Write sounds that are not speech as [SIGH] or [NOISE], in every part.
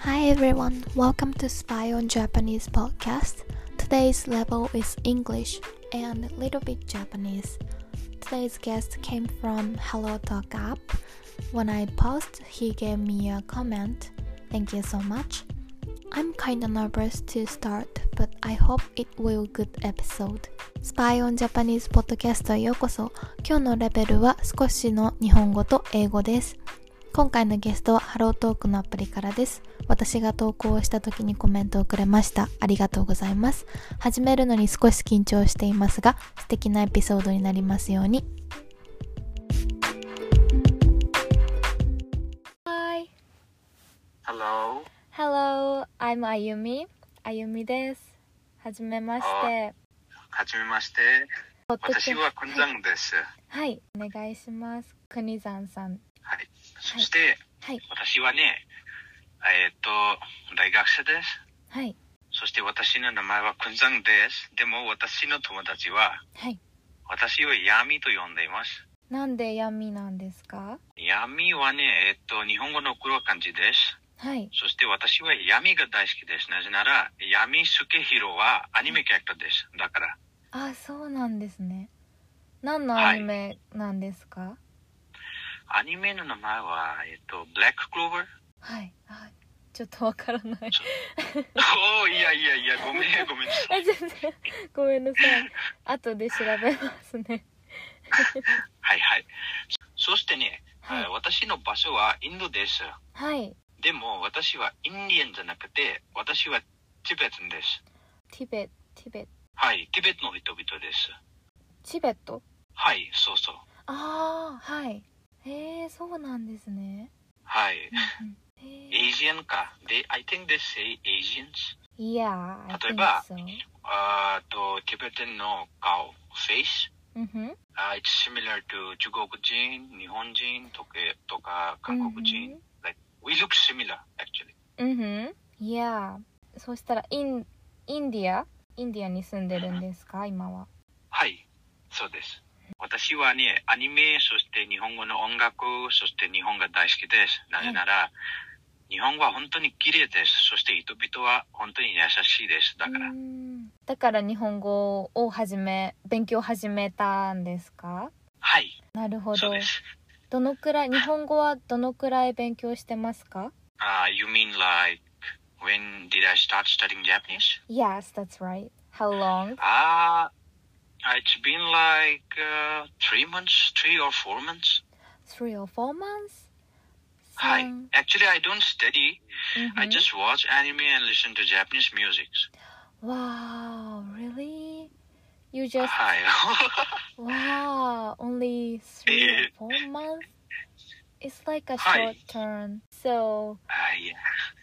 Hi everyone, welcome to Spy on Japanese podcast. Today's level is English and a little bit Japanese. Today's guest came from Hello Talk app. When I post, he gave me a comment. Thank you so much. I'm kinda nervous to start, but I hope it will good episode. Spy on Japanese podcast へようこそ。今日のレベルは少しの日本語と英語です。今回のゲストはハロートークのアプリからです。私が投稿をした時にコメントをくれました。ありがとうございます。始めるのに少し緊張していますが、素敵なエピソードになりますように。 Hi. Hello. Hello. I'm Ayumi. Ayumi です。はじめまして。はじめまして。ポッドキ私ャスはくんざんです。はい。お願いします。くにざんさん。はい。そして、はい。私はね、えーっと、大学生です。はい。そして私の名前はくんざんです。でも私の友達は、はい。私をヤミと呼んでいます。なんで闇なんですかヤミはね、えーっと、日本語の黒漢字です。はい。そして私はヤミが大好きです。なぜなら、ヤミスケヒロはアニメキャラクターです。だから、あ、そうなんですね。何のアニメなんですかアニメの名前は、えーっと、ブラッククローバ [LAUGHS] ーはい。はい。ちょっとわからない。おー、いやいやいや、ごめん、ごめんなさい。 [LAUGHS] え、全然。ごめんなさい。後で調べますね。はいはい。そしてね、はいえー私の場所はインドです。はい。でも私はインディアンじゃなくて、私はチベトンです。ティベット、ティベット、はい、チベトの人々です。チベットはい、そうそう。ああはいへえそうなんですねはい。へえ Asian か。で、I think they say Asians. Yeah, I 例え think ば so あーと、チベトンの顔、face。うんふん Uh, it's similar to 中国人、日本人とかとか韓国人。like, we look similar, actually. うんふん Yeah そうしたらインインディアインディアに住んでるんですか今ははい、そうです。私はね、アニメ、そして日本語の音楽、そして日本が大好きです。なぜなら、日本は本当に綺麗です。そして人々は本当に優しいです。だから、うーんだから日本語を始め勉強を始めたんですかはい、なるほそうどです。どのくらい日本語はどのくらい勉強してますか Ah, you mean like, when did I start studying Japanese? Yes, that's right How long? Ah, it's been like uh, three months, three or four months. Three or four months? はい三 Actually, I don't study. うんふ I ん just watch anime and listen to Japanese music. Wow, really? You [LAUGHS] just はい。 wow, only three or four months? It's like a はい short term. So, あいや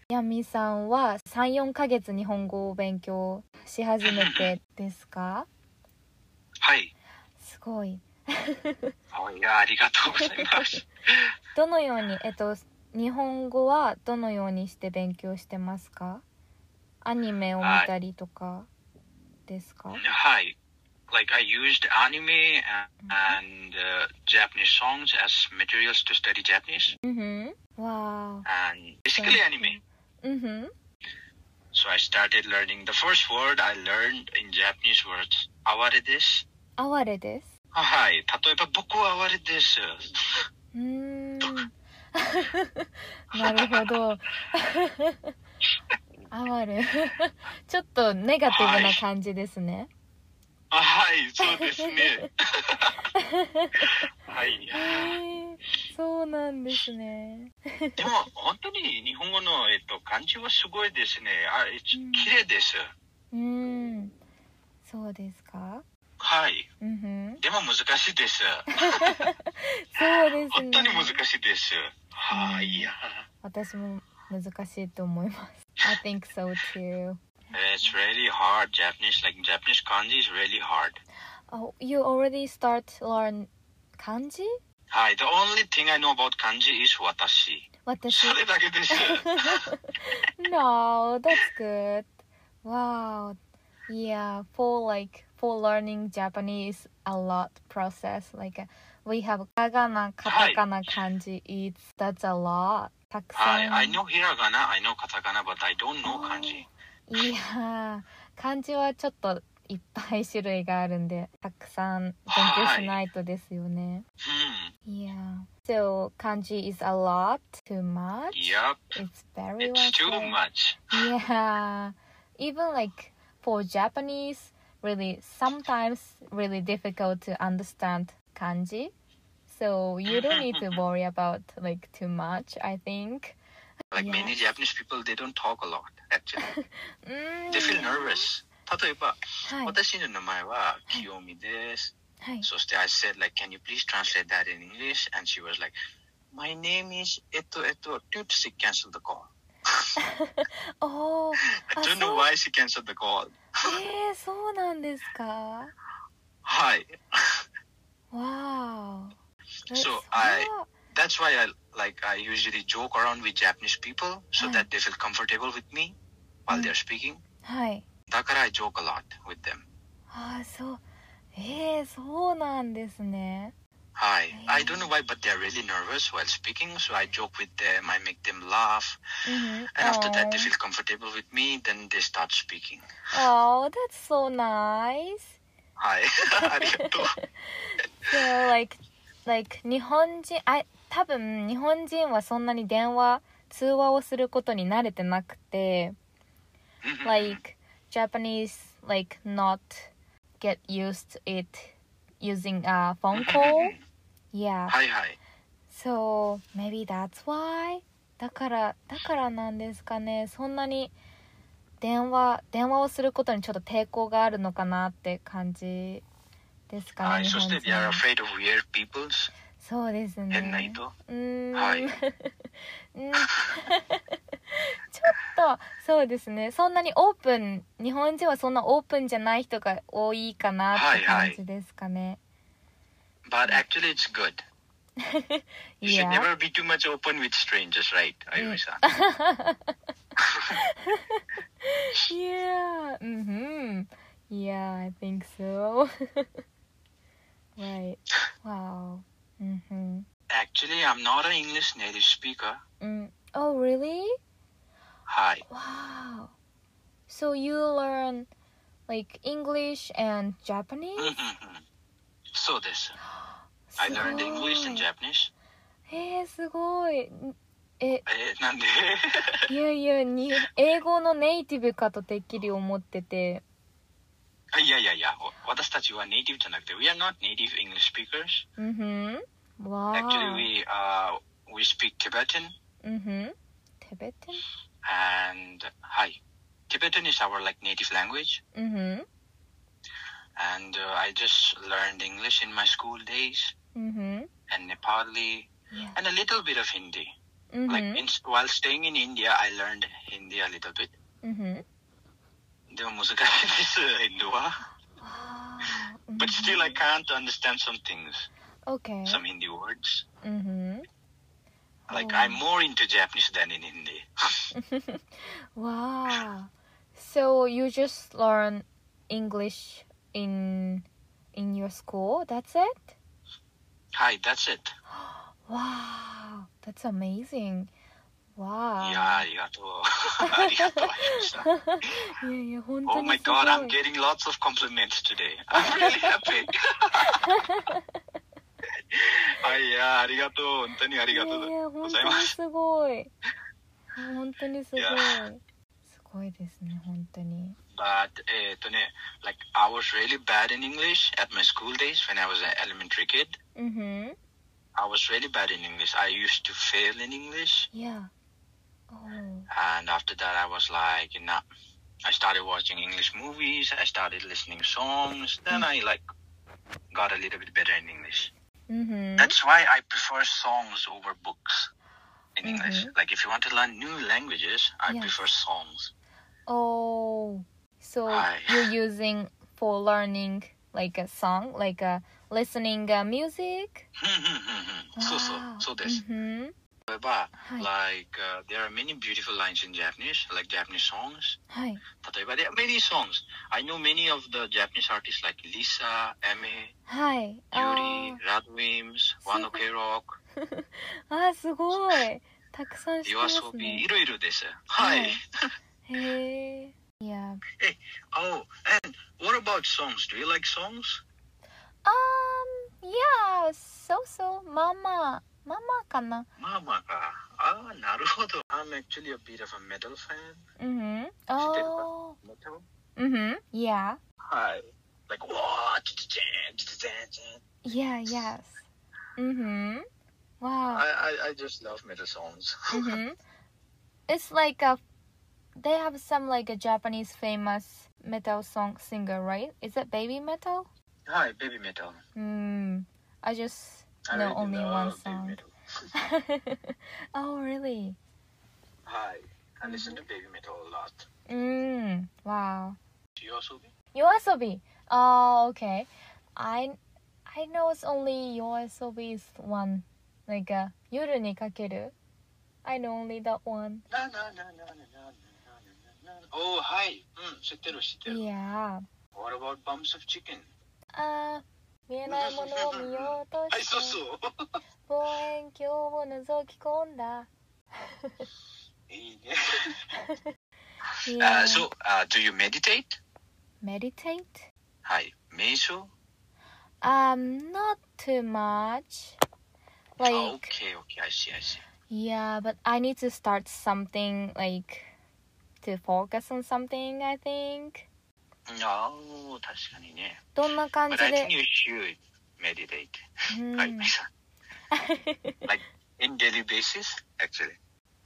ヤミさんは3、4ヶ月日本語を勉強し始めてですかはい。すごい。あいや、ありがとうござい [LAUGHS] ます。どのように、えっと、日本語はどのようにして勉強してますかアニメを見たりとかですか、はい。Like I used anime and uh, Japanese songs as materials to study Japanese うんふん。わ and basically anime. ー。うんふん。 So I started learning. The first word I learned in Japanese was 哀れです。哀れです。あはい。Ah, 例えば僕は哀れ [LAUGHS] です。うーんなるほど哀れ [LAUGHS] ちょっとネガティブな感じですね、あはい、Ah, そうです [LAUGHS] ね。はい。へえそうなんですねでも本当に日本語の、えっと、漢字はすごいですね。あ、うん綺麗です。うーんそうですか [LAUGHS] はい。うんふんでも難しいです。そうです本当にね難しいです。はうんい、いや。私も難しいと思います I think so too It's really hard. Japanese, like Japanese kanji is really hard. oh, You already start learn 漢字はい。The only thing I know about kanji is 私。私それだけ [LAUGHS] です。 no, that's good. Wow. Yeah, for like for learning Japanese a lot process like uh, we have kagana, katakana, kanji. It's that's a lot. たくさん。はい。I know ひらがな、I know カタカナ、but I don't know 漢字。いやー漢字はちょっといっぱい種類がある [LAUGHS] んでたくさん勉強しないとですよね。 Hmm. いやー So 漢字 is a lot, too much, Yep. it's very It's too well. much. Yeah. Even like for Japanese, really sometimes really difficult to understand kanji. So you don't need [LAUGHS] to worry about like too much, I think. Like Yeah. many Japanese people, they don't talk a lot, actually. Mm. They [LAUGHS] feel nervous. 例えば、はい。私の名前は清美です。 [LAUGHS] はい。そして I said like, can you please translate that in English? And she was like, my name is えっとえっと dude, she canceled the call. おー、 I あ don't know そう why she canceled the call. えー、そうなんですかはい。わー。え So れは That's why I like I usually joke around with Japanese people so はい that they feel comfortable with me while うん they're speaking. はい。だから I joke a lot with them. あー、そう。えー、そうなんですね。 Hi. I へえ。 don't know why, but they're really nervous while speaking, so I joke with them. I make them laugh, うん。 and after that, they あー feel comfortable with me. Then they start speaking. Oh, that's so nice. [LAUGHS] はい。ありがとう。 So like like 日本人あ多分日本人はそんなに電話通話をすることに慣れてなくてうんうん like Japanese like not get used it using a phone call. Yeah. はいはい。 So maybe that's why だからだからなんですかねそんなに電話電話をすることにちょっと抵抗があるのかなって感じですかね、はい。日そ本し人て、they are afraid of weird peoples. そうですね変な人。うーん、はい [LAUGHS] うんちょっとそうですねそんなにオープン日本人はそんなオープンじゃない人が多いかなって感じですかね、 But actually, it's good. You い should や never be too much open with strangers, right, Ayumi-san? いやー、うんうん。いやー、I think so. [LAUGHS] right. Wow. Mm-hmm. うんうん。 Actually, I'm not an English native speaker. うん。Oh, really? [LAUGHS] はい。 Wow. So you learn like English and うんうんう Japanese? んそうです。I learned English and Japanese. すごいえー、すごい。え、 [LAUGHS] えーなんでいやいや、に英語のネイティブかとてっきり思ってて。あいやいやいや、お私たちはネイティブじゃなくて、We are not native English speakers. うんふん。わー。 Actually, we,、uh, we speak Tibetan うんふん。テベテン and, はい。Tibetan is our like native language うんふん。 and、uh, I just learned English in my school days うんふん。 and Nepali いや and a little bit of Hindi. うんふ Like ん。 in, while staying in India, I learned Hindi a little bit. うんふん。でも難 [LAUGHS] しいです、Hindu は。But Oh, Mm-hmm. still, I can't understand some things, Okay. some Hindi words. Mm-hmm. [LAUGHS] Like Oh. I'm more into Japanese than in Hindi. Wow. So you just learn English in in your school? That's it? Hi, that's it. Wow. That's amazing. Wow. いやあありがとう。 [LAUGHS] ありがとう。 [LAUGHS] いやいや本 Oh 当に my すごい。 god, I'm getting lots of compliments today. I'm really happy. はい、いやあありがとう。本当にありがとういやいやご本ざい当にます。すごい。本当にすごい。いやすごいですね本当に。 But, えっとね、like I was really bad in English at my school days when I was an elementary kid. うんふん。 I was really bad in English. I used to fail in English. いや。Oh. And after that, I was like, you know, I started watching English movies. I started listening songs. Then I like got a little bit better in English. うんふん。 That's why I prefer songs over books in English. Mhm. Like if you want to learn new languages, I Yes. prefer songs. [LAUGHS] Oh, so Hi. you're using for learning like a song, like a listening uh, music. そうそう Wow. そうです。 Mhm. 例えば、はい like、uh, there are many beautiful lines in Japanese, like Japanese songs. はい。例えば there are many songs. I know many of the Japanese artists like Lisa, Ame, はい。あ Oh, Yuri, Radwims, Wano K Rock. ah, ーあー、すごい。たくさん知って夜ま遊すびいね。ろいろです。はい。はいへえ。いや、um, [LAUGHS] Oh, and what about songs? Do you like songs? Um, yeah, so so, ママ、ママかな。 Mama. Ah, なるほど。I'm actually a bit of a metal fan. うんう知ん。ってるあ Metal? ー、うんうん。Yeah, Mm-hmm. はい。Like, wow, cha-cha-chan, cha-cha-chan. yeah, yes. うんうん。Wow. I, I, I just love metal songs. hmm It's like a they have some like a Japanese famous metal song singer, right? Is it baby metal? [LAUGHS] Hi, baby metal. Hmm. I just [LAUGHS] I know really only one love baby song. metal. oh really? Hi, Mm-hmm. I listen to baby metal a lot. Mm. Wow. Do you also? be? Yoasobi. Oh okay. I I know it's only Yoasobi's one. Like uh, 夜にかける I know only that one. Na, na, na, na, na, na, na, na, na. Oh, hi. うん、知ってる、知ってる。 Yeah. Uh, What about bumps of chicken? あー見えないものを見ようとして。はい、そう [LAUGHS] そう。望遠鏡を覗き込んだ。いいね。あ、そう。あ、do Uh, you meditate? Meditate? はい。瞑想 Um, not too much. Like, Oh, Okay, okay, I see, I see. yeah, but I need to start something, like, to focus on something, I think. ああ、確かにね。どんな感じ But I で Hmm, think。you should meditate. うんはい、 [LAUGHS] さ like, in daily basis, actually.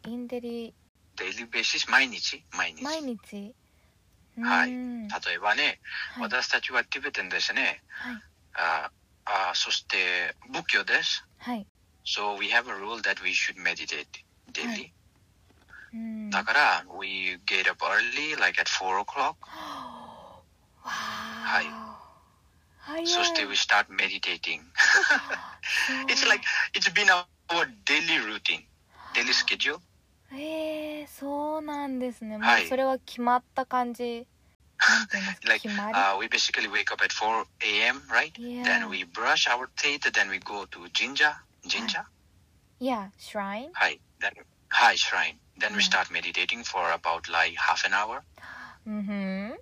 インデリ、 daily basis 毎日毎日毎日。はいうん例えばね、はい私たちはティベタンですね、はいああそして仏教ですはい。 so we have a rule that we should meditate daily、はうん。だから we get up early like at 4 o'clock はい早い。そして we start meditating そう it's like it's been our daily routine daily schedule えー、そうなんですね。もはいうそれは決まった感じ。なんて言いますか、 [LAUGHS] like 決ま uh, we basically wake up at 4 a.m right Yeah. then we brush our teeth then we go to jinja jinja り。Yeah, shrine? Hi, then hi shrine. Then we Yeah. start meditating for about like half an hour. うん。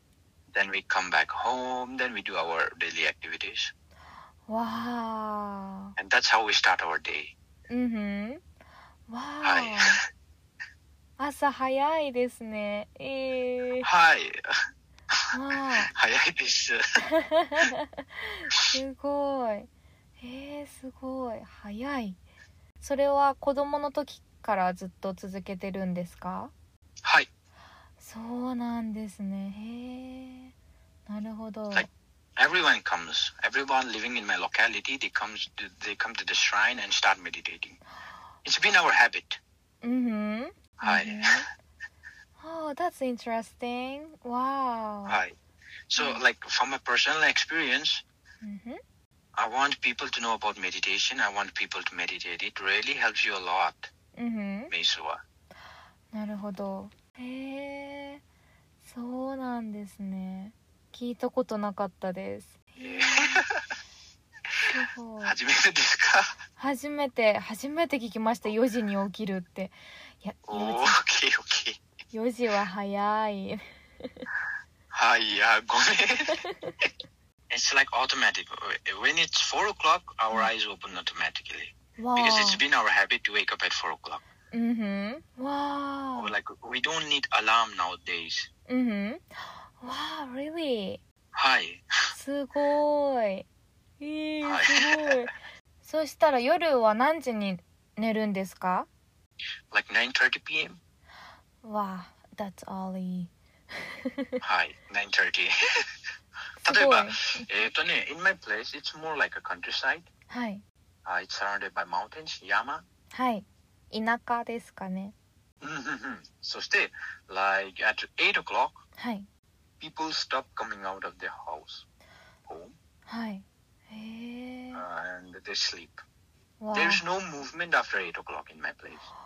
Then we come back home. Then we do our daily activities, わ and that's how we start our day. ー。うん。わはいー。朝早いですね。え [LAUGHS] Hi, ー、 [LAUGHS] わー。 hi, this. すごい。えー、すごい。早い。それは子供の時からずっと続けてるんですか Hi, そうなんですね。へえ。なるほど。はい everyone comes. Everyone living in my locality, they comes. To, they come to the shrine and start meditating. It's been our habit. うんふん。はいうんふん。Oh, that's interesting. [LAUGHS] Wow. Hi. So, like from a personal experience, うんふん I want people to know about meditation. I want people to meditate. It really helps you a lot, うんふん Mesua. なるほど。へえ。そうなんですね。聞いたことなかったです。へ [LAUGHS] えすごい初めて [LAUGHS] ですか初めて初めて聞きました。4時に起きるって。いや、おー、オッケーオッケー。 4時は早い。はい、いや、ごめん。It's like automatic. When it's 4 o'clock, our eyes open automatically. わ Because it's been our habit to wake up at 4 o'clock. あ。うんふん。わあ Or。like, we don't need alarm nowadays. うんふん。わあ、really? はい。すごーい。えー、はいすごい。そしたら夜は何時に寝るんですか Like 9.30 p.m. わあ、that's early. はい、9.30. [LAUGHS] す例えごいば。えっとね、in Eh, my place, it's more like a countryside. はい。 Uh, it's surrounded by mountains, 山。はい。田舎ですかね。うんうんうんそして、like at 8 o'clock, はい。 people stop coming out of their house. Home. はい。へえ。 and they sleep. わ There's no movement after 8 o'clock in my place. あ。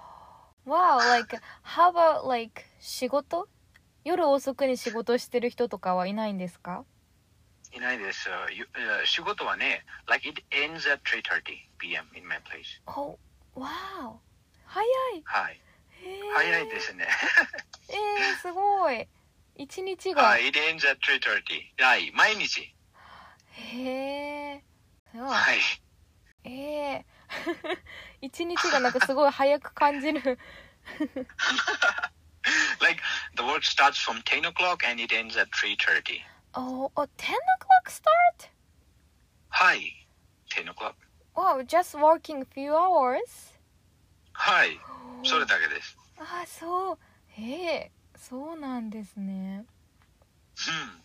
わあ、like, how about, like, 仕事夜遅くに仕事してる人とかはいないんですかいないです。ゆえー仕事はね、like it ends at 3:30 p.m. in my place. お、わあ。早いはい。へえ早いですね。えー、すごい [LAUGHS] 一日が、はい。It ends at 3.30. はい。毎日。へえうわはい。 [LAUGHS] ええ一日がなんかすごい早く感じる [LAUGHS] like, the work starts from 10 o'clock and it ends at 3.30. おお10 o'clock start? Hi. 10 o'clock. Wow, just working few hours? はい。それだけです。ああそうええそうなんですね Hmm.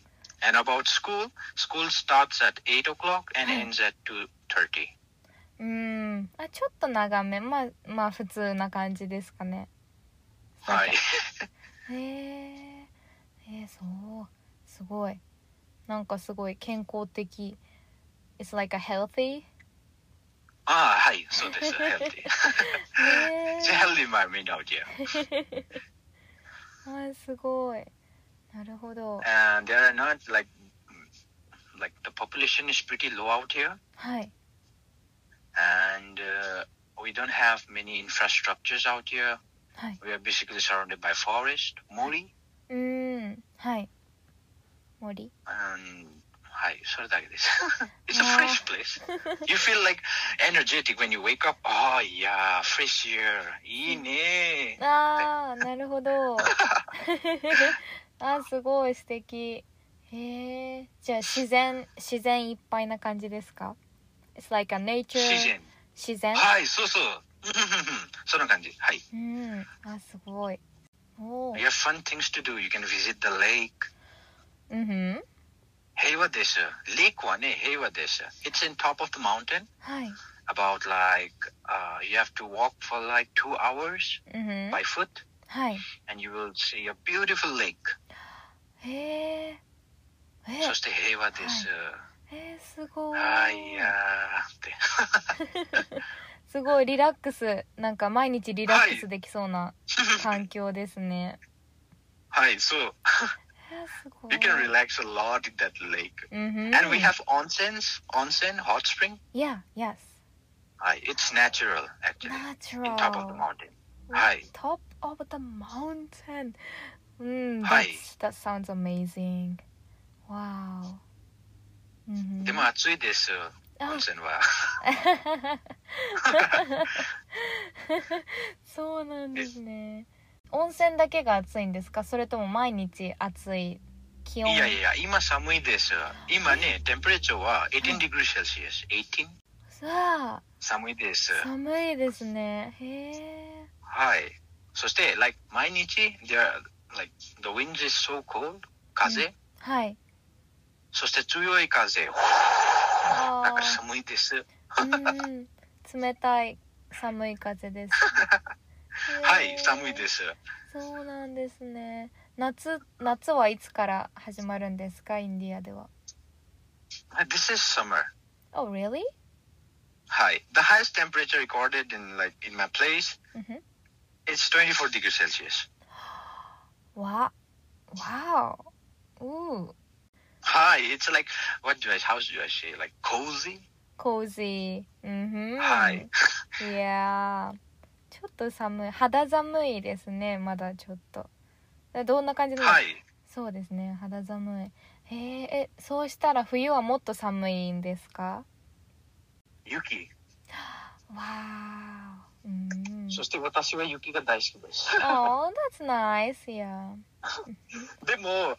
And about school, school starts at 8 o'clock and はい ends at 2.30. うんあちょっと長めまあまあ普通な感じですかねはい。 [LAUGHS] へええー、そうすごいなんかすごい健康的 It's like a healthy ああ、はい。そう [LAUGHS] です。healthy. ね It's a [LAUGHS] healthy minority. [LAUGHS] あーすごいなるほど And there are not like, like the population is pretty low out here. はい and uh, we don't have many infrastructures out here. Hi. We are basically surrounded by forest, mori, うーんはい森 [LAUGHS] and hi, [LAUGHS] It's a Wow. fresh place. You feel like energetic when you wake up. Oh yeah, fresh air. いいね。ああなるほど [LAUGHS] あーすごい素敵へえじゃあ自然自然いっぱいな感じですか It's like a nature 自然。自 [LAUGHS] 然はい、そうそう。その感じ。はい。うんあすごいおお You have fun things to do. You can visit the lake. うんふん平和です。Lakeはね、平和です。It's in top of the mountain. はい about like uh, you have to walk for like two hours うんふん by foot はい and you will see a beautiful lake へええそして平和です、えー、すごいはい、やーって [LAUGHS] すごいリラックスなんか毎日リラックスできそうなはい [LAUGHS] 環境ですね、そうえー、すごい you can relax a lot in that lake Mm-hmm. and we have onsens onsen hot spring yeah, yes, はい it's natural actually natural. in top of the mountain はい Top of the mountain. Mm, はい that's- That sounds amazing. Wow. うんうんでも暑いですあ温泉は [LAUGHS] そうなんですね。温泉だけが暑いんですか？それとも毎日暑い気い温？やいや今寒いです今ねテンプレーチャーは18 degrees Celsius 18さあ寒いです寒いですね。へえ。はい。そして、like, 毎日、there are, like, the wind is so cold, 風、はい。そして強い風、あだからー寒いです。うんうん冷たい寒い風です。 [LAUGHS] はい、寒いす。です。そうなんですね。夏夏はいつから始まるんですかインディアでは。 This is summer. Oh really? はい。The highest temperature recorded in, like, in my place うんふん is 24 degrees Celsius. わ、わお。うー、はい。It's like, what do I, how do I say, like, cozy? コージー。うんふん。 [LAUGHS] はい。いやー、ちょっと寒い。肌寒いですね。まだちょっと。どんな感じなの？はい。そうですね。肌寒い。へーえ、そうしたら冬はもっと寒いんですか？雪。わーお。うん。そして私は雪が大好きです。 Oh, that's nice. Yeah. でも、uh,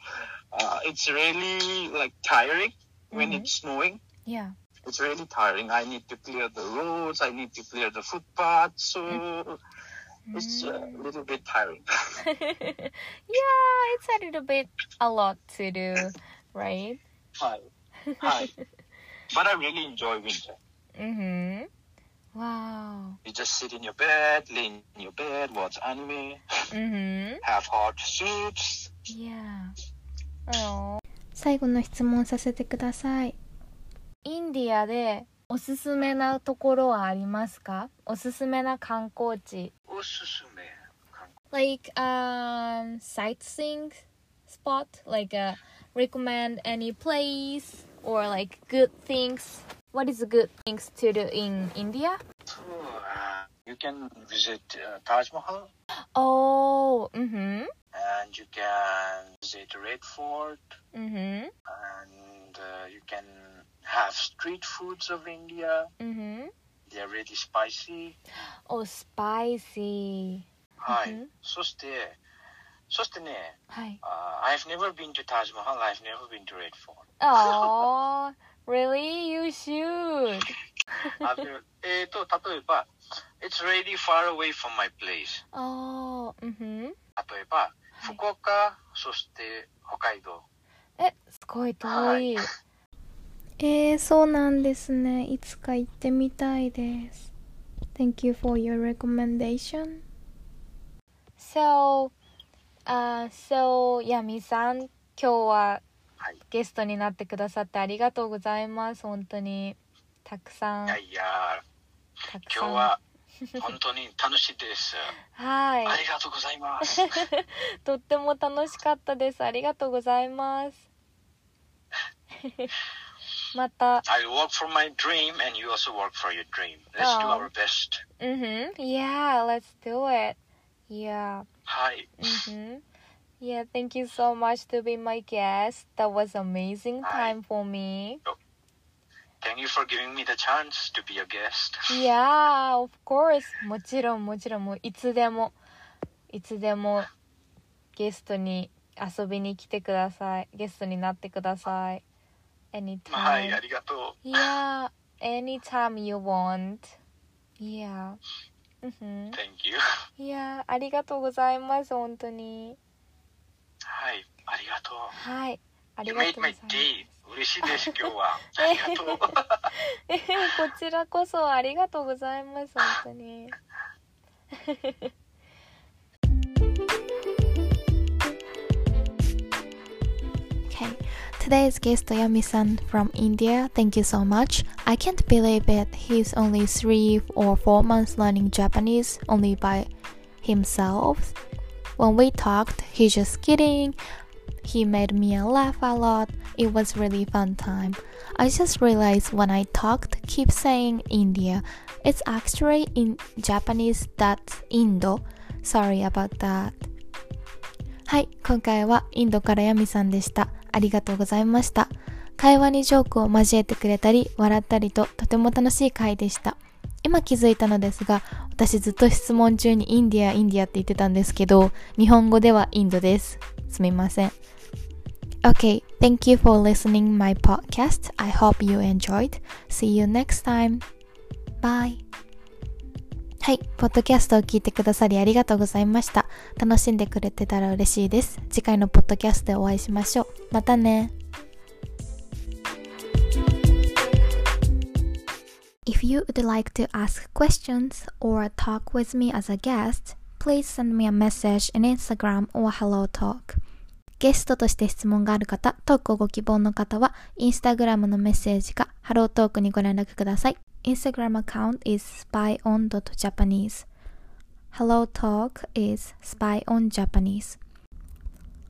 it's really, like, tiring when うん it's snowing. [LAUGHS] Yeah. it's really tiring. I need to clear the roads. I need to clear the footpaths. So it's a Mm. little bit tiring. [LAUGHS] yeah, it's a little bit a lot to do, right? Hi. Hi. [LAUGHS] But I really enjoy winter. Mhm. Wow. You just sit in your bed, lay in your bed, watch anime, Mhm. have hot soups. Yeah. Oh. 最後の質問させてくださいインディアでおすすめなところはありますか？おすすめな観光地。Like um sightseeing spot, like a recommend any place or like good things. What is good things to do in India? Oh, uh, You can visit uh, Taj Mahal Oh, mm-hmm. and you can visit Red Fort Mm-hmm. and uh, you can have street foods of India. Mm-hmm. They are really spicy. Oh, spicy. はい。 Mhm. そして、そしてね、 Hi. uh, I've never been to Taj Mahal, I've never been to Red [LAUGHS] Fort. Oh, really? You should. After- えっと、例えば、It's really far away from my place. Oh, mm-hmm. 例えば、はい福岡、そして北海道。え、すごい遠い。えー、そうなんですね。いつか行ってみたいです。Thank you for your recommendation. So, uh, so, ヤミさん、今日ははいゲストになってくださってありがとうございます。本当に。たくさん、いたやいや、くさ今ん。日は本当に楽しいです。 [LAUGHS] はいありがとうござい [LAUGHS] ます。とっても楽しかったです。ありがとうござ [LAUGHS] います。また、 I work for my dream and you also work for your dream. Let's do あー our best. うんふん。Yeah, let's do it. Yeah. はい。 Mm-hmm. Yeah, thank you so much to be my guest. That was amazing Hi. time for me. Thank you for giving me the chance to be a guest. Yeah, of course. もちろんもちろんもういつでもいつでもゲストに遊びに来てください。ゲストになってください。はい、あ Anytime. りがと Yeah, anytime you want. Yeah. うんふんう。Thank you. [LAUGHS] Yeah, ありがとうございます。本当に。はい、ありがとう。はい。あり You がとう made ござい my ます。 day. 嬉しいです、今日 [LAUGHS] は。ありがとう。えこちらこそありがとうございます本当に Okay, today's guest Yami-san from India. Thank you so much. I can't believe it. He's only three or four months learning Japanese only by himself. When we talked, he's just kidding. He made me laugh a lot. It was really fun time. I just realized when I talked, keep saying India. It's actually in Japanese that's Indo. Sorry about that. はい、今回はインドからヤミさんでした。ありがとうございました。会話にジョークを交えてくれたり、笑ったりととても楽しい回でした。今気づいたのですが、私ずっと質問中にインディア、インディアって言ってたんですけど、日本語ではインドです。すみません。Okay, thank you for listening my podcast. I hope you enjoyed. See you next time. Bye. はい、ポッドキャストを聞いてくださりありがとうございました。楽しんでくれてたら嬉しいです。次回のポッドキャストでお会いしましょう。またね。If you would like to ask questions or talk with me as a guest, please send me a message in Instagram or Hello Talk. ゲストとして質問がある方、トークをご希望の方は、インスタグラムのメッセージか、ハロートークにご連絡ください。インスタグラムアカウント is spyon.japanese。Hello Talk is Spy on Japanese.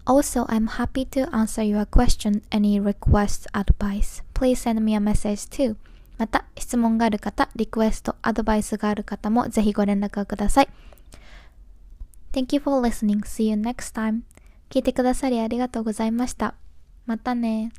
Also, I'm happy to answer your question, any requests, advice. Please send me a message too. また、質問がある方、リクエスト、アドバイスがある方もぜひご連絡をください。Thank you for listening. See you next time. 聞いてくださりありがとうございました。またね。